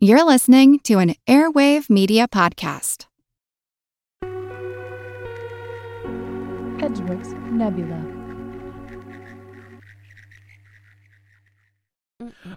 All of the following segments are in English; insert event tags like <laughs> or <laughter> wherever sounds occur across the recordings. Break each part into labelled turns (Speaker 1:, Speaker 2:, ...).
Speaker 1: You're listening to an Airwave Media Podcast.
Speaker 2: Edgeworks Nebula.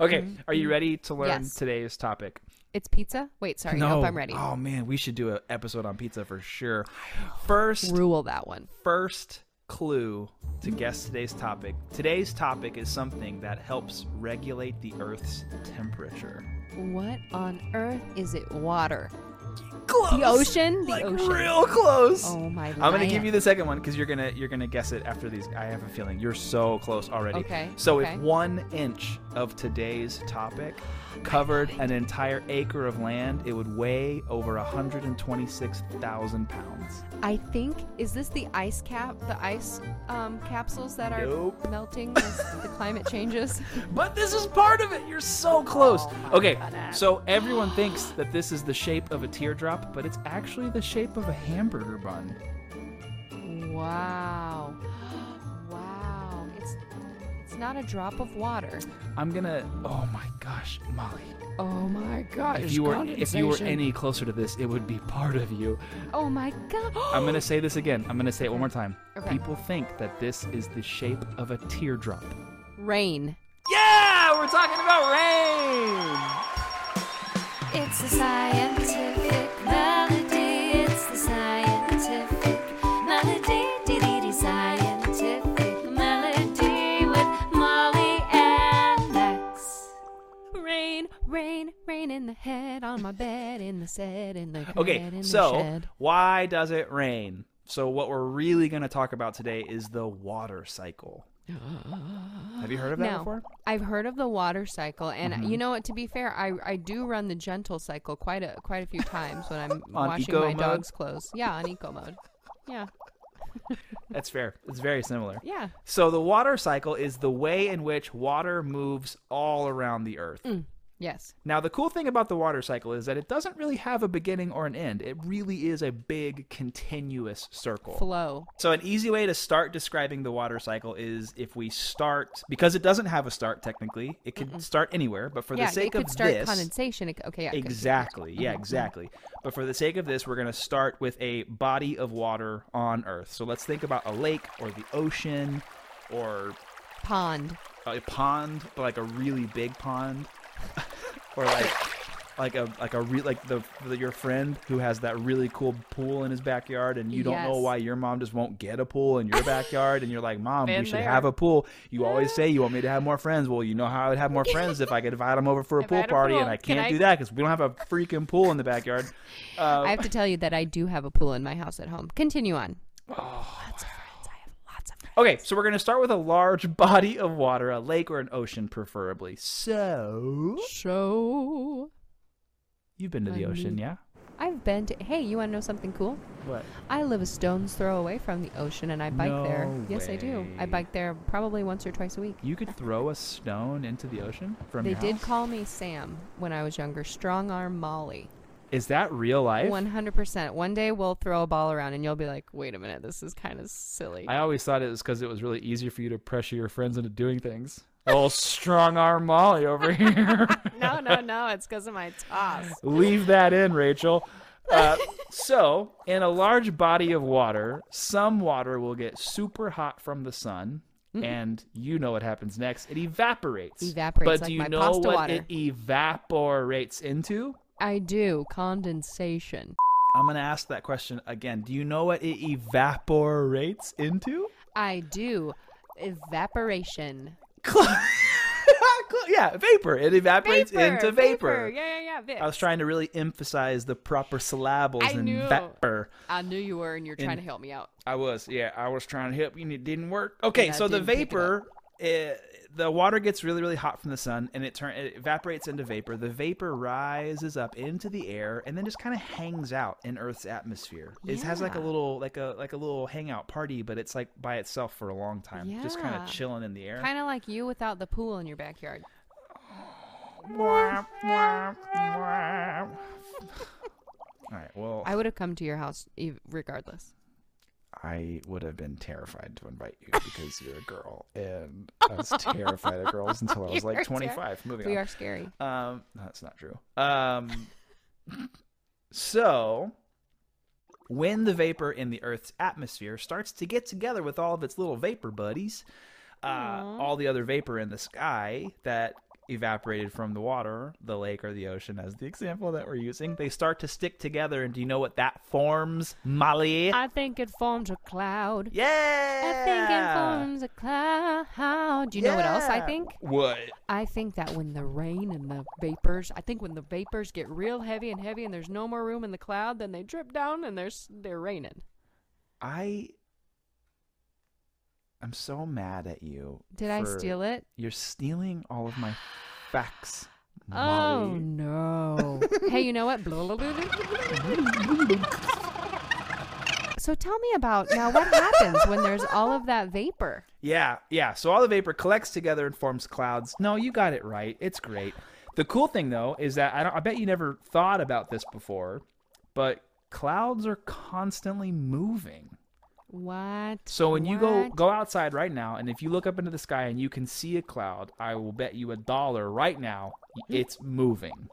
Speaker 3: Okay, are you ready to learn
Speaker 4: Mm-hmm. Yes.
Speaker 3: today's topic?
Speaker 4: It's pizza? Wait, sorry. Nope, I'm ready.
Speaker 3: Oh man, we should do an episode on pizza for sure. First,
Speaker 4: Rule that one.
Speaker 3: first clue to guess today's topic. Today's topic is something that helps regulate the Earth's temperature.
Speaker 4: What on earth is it? Water. The ocean? The
Speaker 3: Like
Speaker 4: ocean.
Speaker 3: real close.
Speaker 4: Oh my
Speaker 3: I'm gonna give you the second one because you're gonna you're gonna guess it after these. I have a feeling you're so close already.
Speaker 4: Okay,
Speaker 3: So
Speaker 4: okay.
Speaker 3: if one inch of today's topic covered an entire acre of land, it would weigh over 126,000 pounds.
Speaker 4: I think is this the ice cap the ice um, capsules that are
Speaker 3: Nope.
Speaker 4: melting as the climate changes? <laughs>
Speaker 3: But this is part of it. You're so close.
Speaker 4: Oh my
Speaker 3: okay.
Speaker 4: goodness.
Speaker 3: So everyone thinks that this is the shape of a teardrop, but it's actually the shape of a hamburger bun.
Speaker 4: wow. <gasps> Wow. It's it's not a drop of water.
Speaker 3: I'm gonna. Oh my gosh, Molly.
Speaker 4: Oh my gosh.
Speaker 3: If you were if you were any closer to this, it would be part of you.
Speaker 4: Oh my god. <gasps>
Speaker 3: I'm gonna say this again. I'm gonna say it one more time.
Speaker 4: Okay.
Speaker 3: People think that this is the shape of a teardrop.
Speaker 4: rain.
Speaker 3: Yeah, we're talking about rain.
Speaker 5: It's the scientific melody. It's the scientific melody. Dee scientific melody with Molly and Max.
Speaker 4: Rain, rain, rain in the head, on my bed, in the set, in the bed,
Speaker 3: Okay,
Speaker 4: in the
Speaker 3: so
Speaker 4: shed.
Speaker 3: why does it rain? So what we're really gonna talk about today is the
Speaker 4: <gasps>
Speaker 3: water cycle. Have you heard of that
Speaker 4: no,
Speaker 3: before? Mm-hmm.
Speaker 4: I've heard of the water cycle, and you know what? To be fair, I, I do run the gentle cycle quite a quite a few times when I'm
Speaker 3: <laughs> On
Speaker 4: washing
Speaker 3: eco
Speaker 4: my
Speaker 3: mode?
Speaker 4: dog's clothes. Yeah, on eco mode. Yeah,
Speaker 3: That's fair. It's very similar.
Speaker 4: yeah.
Speaker 3: So the water cycle is the way in which water moves all around the earth.
Speaker 4: Yes.
Speaker 3: Now, the cool thing about the water cycle is that it doesn't really have a beginning or an end. It really is a big, continuous circle.
Speaker 4: Flow.
Speaker 3: So, an easy way to start describing the water cycle is if we start, because it doesn't have a start technically, it could start anywhere, but for
Speaker 4: yeah,
Speaker 3: the sake
Speaker 4: it could
Speaker 3: of
Speaker 4: start
Speaker 3: this.
Speaker 4: condensation. It c- Okay, yeah. it could-
Speaker 3: Exactly.
Speaker 4: Mm-hmm.
Speaker 3: Yeah, exactly. But for the sake of this, we're going to start with a body of water on Earth. So let's think about a lake or the ocean or
Speaker 4: Pond.
Speaker 3: a pond, but like a really big pond, <laughs> or like like a like a re- like the, the your friend who has that really cool pool in his backyard, and you don't know
Speaker 4: Yes.
Speaker 3: why your mom just won't get a pool in your backyard, and you're like, mom,
Speaker 4: Been
Speaker 3: you should
Speaker 4: there.
Speaker 3: have a pool.
Speaker 4: <laughs>
Speaker 3: You always say you want me to have more friends. Well, you know how I would have more friends if I could invite them over for a
Speaker 4: If I
Speaker 3: pool
Speaker 4: had a
Speaker 3: party,
Speaker 4: pool,
Speaker 3: and I
Speaker 4: can
Speaker 3: can't
Speaker 4: I-
Speaker 3: do that because we don't have a freaking pool in
Speaker 4: <laughs>
Speaker 3: the backyard. Uh,
Speaker 4: I have to tell you that I do have a pool in my house at home. Continue on. lots of friends. I have lots of friends.
Speaker 3: Okay, so we're going to start with a large <laughs> body of water, a lake or an ocean, preferably. So,
Speaker 4: So
Speaker 3: you've been to the
Speaker 4: I
Speaker 3: ocean,
Speaker 4: need-
Speaker 3: yeah?
Speaker 4: I've been to. Hey, you want to know something cool?
Speaker 3: What?
Speaker 4: I live a stone's throw away from the ocean, and I bike there.
Speaker 3: No
Speaker 4: Yes, I do. I
Speaker 3: way.
Speaker 4: bike there probably once or twice a week.
Speaker 3: You could throw a stone into the ocean from
Speaker 4: They
Speaker 3: your
Speaker 4: did
Speaker 3: house?
Speaker 4: call me Sam when I was younger. Strong arm Molly.
Speaker 3: Is that real life?
Speaker 4: One hundred percent. One day we'll throw a ball around, and you'll be like, "Wait a minute, this is kind of silly."
Speaker 3: I always thought it was because it was really easy for you to pressure your friends into doing things. Oh, strong arm Molly over here.
Speaker 4: <laughs> no, no, no. It's because of my toss.
Speaker 3: <laughs> Leave that in, Rachel. Uh, so, in a large body of water, some water will get super hot from the sun, and you know what happens next. It evaporates.
Speaker 4: Evaporates
Speaker 3: But
Speaker 4: like
Speaker 3: do you
Speaker 4: my
Speaker 3: know
Speaker 4: pasta
Speaker 3: what
Speaker 4: water.
Speaker 3: it evaporates into?
Speaker 4: I do condensation.
Speaker 3: I'm going to ask that question again. Do you know what it evaporates into?
Speaker 4: I do evaporation.
Speaker 3: Cl- Cl- yeah, vapor. It evaporates into vapor.
Speaker 4: Yeah, yeah, yeah.
Speaker 3: I was trying to really emphasize the proper syllables
Speaker 4: I
Speaker 3: in
Speaker 4: knew.
Speaker 3: vapor.
Speaker 4: I knew you were, and you're trying
Speaker 3: In-
Speaker 4: to help me out.
Speaker 3: I was, yeah, I was trying to help you and it didn't work. Okay,
Speaker 4: Yeah, it
Speaker 3: so the
Speaker 4: didn't pick it
Speaker 3: vapor, eh, the water gets really, really hot from the sun and it, turn, it evaporates into vapor. The vapor rises up into the air and then just kind of hangs out in Earth's atmosphere. It has like a
Speaker 4: Yeah.
Speaker 3: little, like a like a little hangout party, but it's like by itself for a long time, just kind
Speaker 4: Yeah.
Speaker 3: of chilling in the air.
Speaker 4: Kind of like you without the pool in your backyard.
Speaker 3: All right, well, <laughs>
Speaker 4: I would have come to your house ev- e, regardless.
Speaker 3: I would have been terrified to invite you because you're a girl, and I
Speaker 4: <laughs>
Speaker 3: was terrified of girls until I was
Speaker 4: Oh, You're
Speaker 3: like
Speaker 4: ter-
Speaker 3: 25. Moving
Speaker 4: We
Speaker 3: on.
Speaker 4: are scary.
Speaker 3: Um, no, that's not true. Um, so when the vapor in the Earth's atmosphere starts to get together with all of its little vapor buddies, uh,
Speaker 4: Aw.
Speaker 3: all the other vapor in the sky that evaporated from the water, the lake or the ocean, as the example that we're using, they start to stick together. And do you know what that forms, Molly?
Speaker 4: I think it forms a cloud.
Speaker 3: yeah.
Speaker 4: I think it forms a cloud. Do you know what else I
Speaker 3: Yeah.
Speaker 4: think?
Speaker 3: What?
Speaker 4: I think that when the rain and the vapors, I think when the vapors get real heavy and heavy and there's no more room in the cloud, then they drip down and there's they're raining.
Speaker 3: I. I'm so mad at you.
Speaker 4: Did I
Speaker 3: for-
Speaker 4: steal it?
Speaker 3: You're stealing all of my
Speaker 4: <sighs>
Speaker 3: facts,
Speaker 4: Oh <laughs>
Speaker 3: Molly.
Speaker 4: no. hey, you know what? so tell me about now what happens when there's all of that vapor?
Speaker 3: Yeah, yeah. So all the vapor collects together and forms clouds. No, you got it right. It's great. The cool thing though is that I don't I bet you never thought about this before, but clouds are constantly moving.
Speaker 4: What?
Speaker 3: So when you go
Speaker 4: What?
Speaker 3: go outside right now and if you look up into the sky and you can see a cloud, I will bet you a dollar right now
Speaker 4: Hmm?
Speaker 3: it's moving.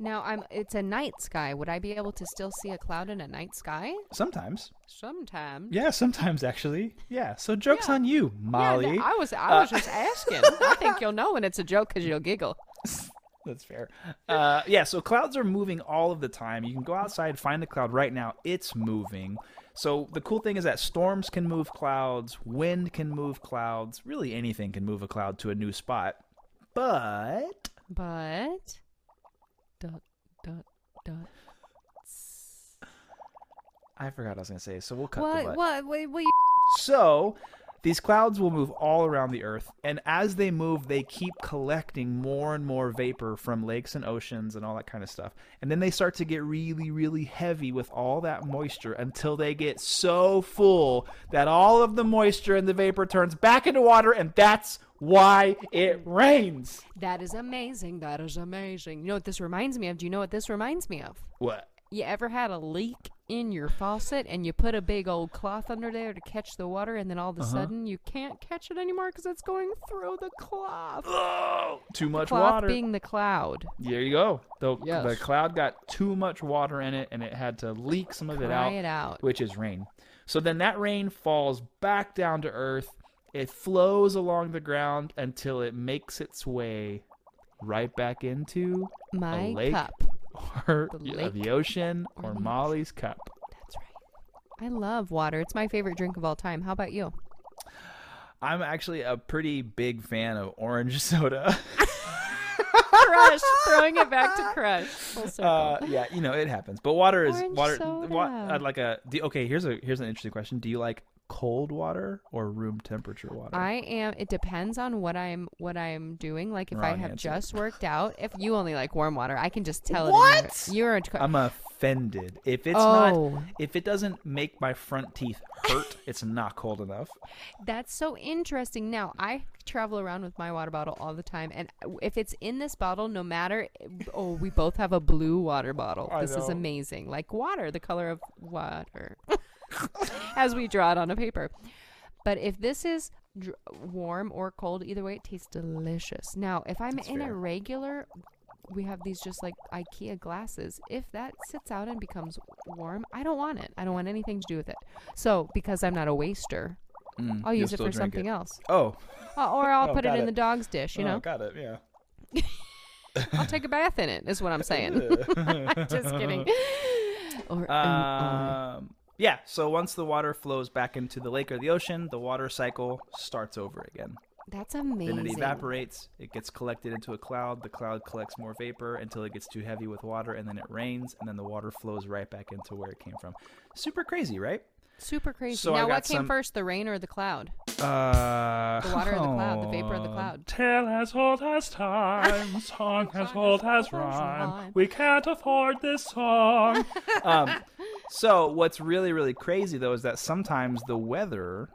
Speaker 4: Now I'm it's a night sky. Would I be able to still see a cloud in a night sky?
Speaker 3: Sometimes.
Speaker 4: Sometimes.
Speaker 3: Yeah, sometimes actually. Yeah. So jokes
Speaker 4: Yeah.
Speaker 3: on you,
Speaker 4: Yeah,
Speaker 3: Molly.
Speaker 4: no, I was I
Speaker 3: Uh,
Speaker 4: was just asking.
Speaker 3: <laughs>
Speaker 4: I think you'll know when it's a joke because you'll giggle.
Speaker 3: That's fair. Uh, yeah, so clouds are moving all of the time. You can go outside, find a cloud right now. It's moving. So the cool thing is that storms can move clouds, wind can move clouds, really anything can move a cloud to a new spot. But
Speaker 4: But dot dot dot.
Speaker 3: I forgot what I was going to say, so we'll cut the
Speaker 4: What
Speaker 3: butt.
Speaker 4: what what what you
Speaker 3: So these clouds will move all around the earth, and as they move, they keep collecting more and more vapor from lakes and oceans and all that kind of stuff. And then they start to get really, really heavy with all that moisture until they get so full that all of the moisture in the vapor turns back into water, and that's why it rains.
Speaker 4: That is amazing. That is amazing. You know what this reminds me of? Do you know what this reminds me of?
Speaker 3: What?
Speaker 4: You ever had a leak in your faucet and you put a big old cloth under there to catch the water and then all
Speaker 3: Uh-huh.
Speaker 4: of a sudden you can't catch it anymore because it's going through the cloth?
Speaker 3: Oh, too much
Speaker 4: cloth
Speaker 3: water.
Speaker 4: being the cloud.
Speaker 3: there you go. The,
Speaker 4: Yes.
Speaker 3: the cloud got too much water in it, and it had to leak some of it
Speaker 4: Cry
Speaker 3: out.
Speaker 4: it out.
Speaker 3: which is rain. So then that rain falls back down to earth. It flows along the ground until it makes its way right back into
Speaker 4: My
Speaker 3: a lake
Speaker 4: cup.
Speaker 3: or
Speaker 4: The
Speaker 3: yeah,
Speaker 4: lake
Speaker 3: the ocean
Speaker 4: or
Speaker 3: or
Speaker 4: lake.
Speaker 3: Molly's cup.
Speaker 4: That's right. I love water. It's my favorite drink of all time. How about
Speaker 3: <laughs>
Speaker 4: you?
Speaker 3: I'm actually a pretty big fan of orange <laughs> soda.
Speaker 4: Crush. Throwing it back to Crush. Full circle.
Speaker 3: Uh, yeah, you know it happens. But water is
Speaker 4: Orange
Speaker 3: water.
Speaker 4: soda.
Speaker 3: Wa- I'd like a. Do, okay, here's a here's an interesting question. Do you like cold water or room temperature water?
Speaker 4: I am. It depends on what I'm what I'm doing. Like if I
Speaker 3: Wrong
Speaker 4: have
Speaker 3: answer.
Speaker 4: just worked out, if you only like warm water, I can just tell it.
Speaker 3: What?
Speaker 4: in your- You're a. tr-
Speaker 3: I'm offended. If it's
Speaker 4: Oh.
Speaker 3: not, if it doesn't make my front teeth hurt, it's not cold enough.
Speaker 4: That's so interesting. Now I travel around with my water bottle all the time, and if it's in this bottle, no matter. Oh, we both have a blue water bottle.
Speaker 3: I
Speaker 4: this is
Speaker 3: know.
Speaker 4: amazing. Like water, the color of water, <laughs> as we draw it on a paper. But if this is dr- warm or cold, either way, it tastes delicious. Now, if I'm
Speaker 3: That's
Speaker 4: in a
Speaker 3: fair.
Speaker 4: regular, we have these just like IKEA glasses. If that sits out and becomes warm, I don't want it. I don't want anything to do with it. So, because I'm not a waster,
Speaker 3: Mm,
Speaker 4: I'll use it for something else.
Speaker 3: Oh,
Speaker 4: Uh, or I'll
Speaker 3: Oh,
Speaker 4: put it
Speaker 3: got
Speaker 4: in
Speaker 3: it. Oh,
Speaker 4: the dog's dish, you know?
Speaker 3: got it. Yeah.
Speaker 4: I'll take a bath in it, is what I'm
Speaker 3: <laughs>
Speaker 4: saying. <laughs> just kidding. <laughs> Or an omelet.
Speaker 3: Um. Yeah. So once the water flows back into the lake or the ocean, the water cycle starts over again.
Speaker 4: That's amazing.
Speaker 3: Then it evaporates. It gets collected into a cloud. The cloud collects more vapor until it gets too heavy with water, and then it rains, and then the water flows right back into where it came from. Super crazy, right?
Speaker 4: Super crazy.
Speaker 3: So I
Speaker 4: now,
Speaker 3: got
Speaker 4: what came
Speaker 3: some-
Speaker 4: first, the rain or the cloud?
Speaker 3: Uh,
Speaker 4: The water of the cloud, the vapor of the cloud.
Speaker 3: Tale as old as <laughs> time, song as old as rhyme. We can't afford this <laughs> song. um, so, what's really, really crazy though is that sometimes the weather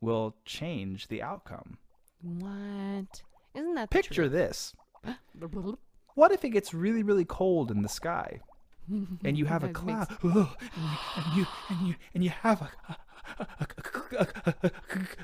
Speaker 3: will change the outcome.
Speaker 4: What? Isn't
Speaker 6: <laughs>
Speaker 4: that
Speaker 3: Picture this. What if it gets really, really cold in the sky? and you have a
Speaker 6: That makes-
Speaker 3: cloud, <gasps> Ugh, and you and you and you have a, a, a- a- a-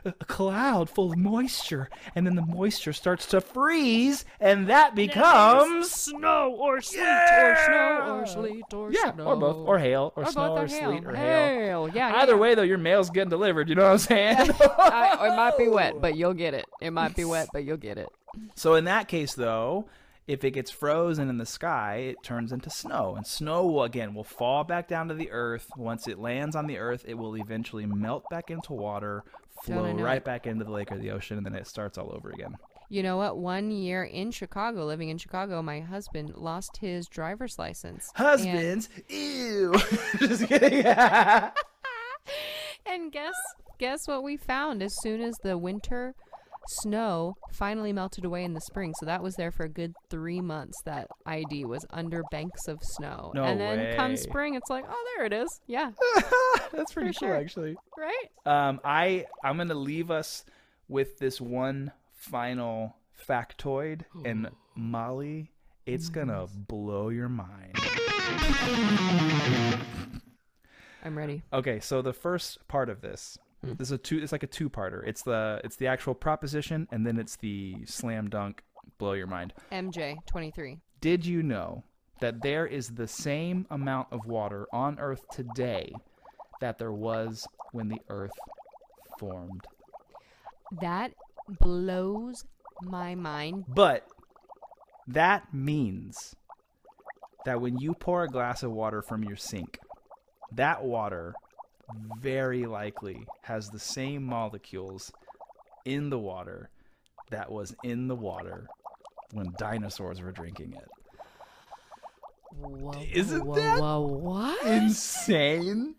Speaker 3: a- a cloud full of moisture, and then the moisture starts to freeze, and that becomes
Speaker 6: Snow or sleet or snow or sleet or
Speaker 3: yeah,
Speaker 6: snow.
Speaker 3: or both, or hail, or,
Speaker 6: Or both
Speaker 3: snow,
Speaker 6: or
Speaker 3: or
Speaker 6: hail.
Speaker 3: sleet, or
Speaker 6: Hail, yeah,
Speaker 3: <laughs> Either
Speaker 6: yeah.
Speaker 3: way, though, your mail's getting delivered. You know what I'm saying? <laughs>
Speaker 6: I, it might be wet, but you'll get it. It might be wet, but you'll get it.
Speaker 3: So in that case, though, if it gets frozen in the sky, it turns into snow, and snow will, again will fall back down to the earth. Once it lands on the earth, it will eventually melt back into water,
Speaker 6: Don't I
Speaker 3: flow
Speaker 6: know
Speaker 3: right
Speaker 6: it?
Speaker 3: back into the lake or the ocean, and then it starts all over again.
Speaker 6: You know what? One year in Chicago, living in Chicago, my husband lost his driver's license. and-
Speaker 3: Husbands, ew. <laughs> Just kidding. <laughs>
Speaker 6: And guess guess what we found as soon as the winter snow finally melted away in the spring. So that was there for a good three months. That ID was under banks of snow.
Speaker 3: No
Speaker 6: and then
Speaker 3: way.
Speaker 6: come spring, it's like, oh, there it is. Yeah,
Speaker 3: That's pretty
Speaker 6: For
Speaker 3: cool,
Speaker 6: sure.
Speaker 3: actually.
Speaker 6: right.
Speaker 3: Um, I I'm gonna leave us with this one final factoid, and Molly, it's gonna blow your mind.
Speaker 6: I'm ready.
Speaker 3: Okay, so the first part of this, this is a two. It's like a two-parter. It's the it's the actual proposition, and then it's the slam dunk, blow your mind.
Speaker 6: MJ, 23.
Speaker 3: Did you know that there is the same amount of water on Earth today that there was when the Earth formed?
Speaker 6: That blows my mind.
Speaker 3: But that means that when you pour a glass of water from your sink, that water very likely has the same molecules in the water that was in the water when dinosaurs were drinking it.
Speaker 6: Whoa,
Speaker 3: Isn't
Speaker 6: whoa,
Speaker 3: that
Speaker 6: whoa, what?
Speaker 3: Insane?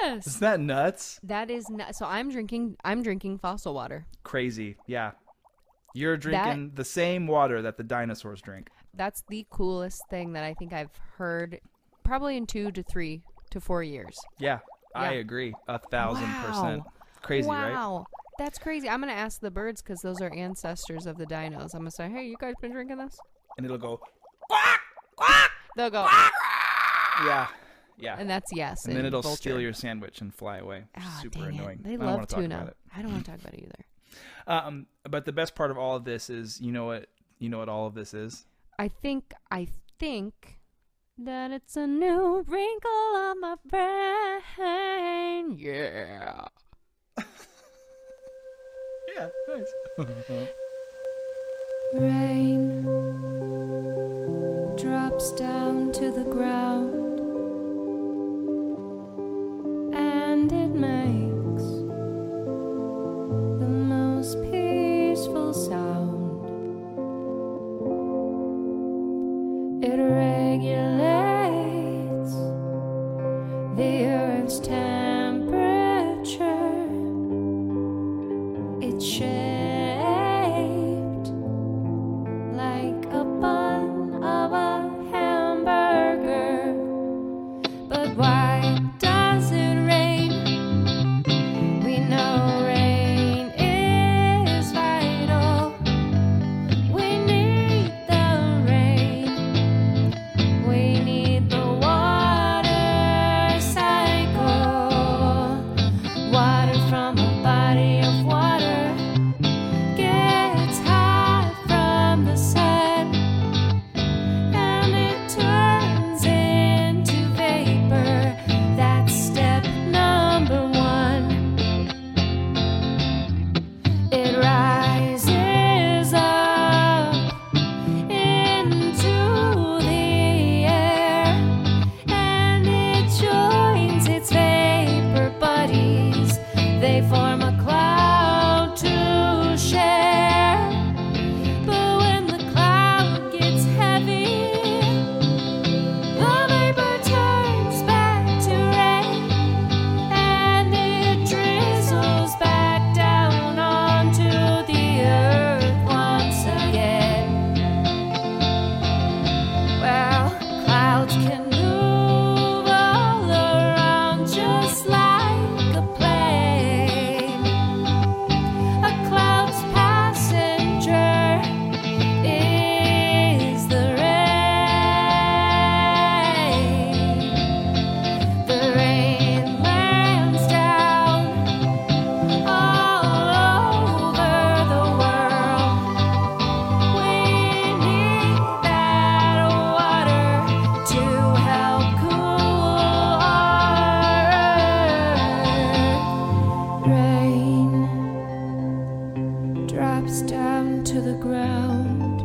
Speaker 6: yes.
Speaker 3: Is that nuts?
Speaker 6: That is not, so. I'm drinking. I'm drinking fossil water.
Speaker 3: Crazy. Yeah. You're drinking the same water that the dinosaurs drink.
Speaker 6: That's the coolest thing that I think I've heard, probably in two to three to four years.
Speaker 3: Yeah, I
Speaker 6: Yeah.
Speaker 3: agree. A thousand
Speaker 6: Wow.
Speaker 3: percent. Crazy,
Speaker 6: wow.
Speaker 3: right?
Speaker 6: That's crazy. I'm gonna ask the birds because those are ancestors of the dinos. I'm gonna say, "Hey, you guys been drinking this?"
Speaker 3: And it'll go,
Speaker 6: They'll go,
Speaker 3: yeah, yeah.
Speaker 6: and that's yes.
Speaker 3: Ah! and then
Speaker 6: in
Speaker 3: it'll
Speaker 6: vulture.
Speaker 3: steal your sandwich and fly away.
Speaker 6: Ah,
Speaker 3: Super
Speaker 6: dang it.
Speaker 3: annoying.
Speaker 6: They
Speaker 3: I don't
Speaker 6: love
Speaker 3: wanna talk
Speaker 6: tuna.
Speaker 3: about it.
Speaker 6: I don't want to talk about it either.
Speaker 3: Um, but the best part of all of this is, you know what? You know what all of this is?
Speaker 6: I think. I think that it's a new wrinkle on my brain. Yeah.
Speaker 3: Yeah, nice.
Speaker 4: Rain drops down to the ground and it makes the most peaceful sound. It regulates the earth's temperature. It's shaped like a bun of a hamburger. But why does it rain? We know rain is vital. We need the rain. We need the water cycle. Water from a body of water gets hot from the sun and it turns into vapor. That's step number one. It rises up into the air and it joins its vapor buddies. They form a cloud to share. But when the cloud gets heavy, the vapor turns back to rain and it drizzles back down onto the earth once again. Well, clouds can move all around just like a plane. A cloud's passenger is the rain. drops down to the ground.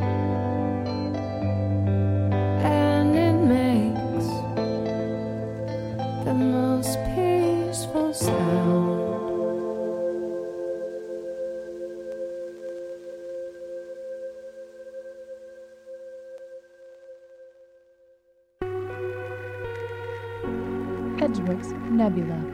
Speaker 4: And it makes the most peaceful sound.
Speaker 7: Edgeworth's Nebula.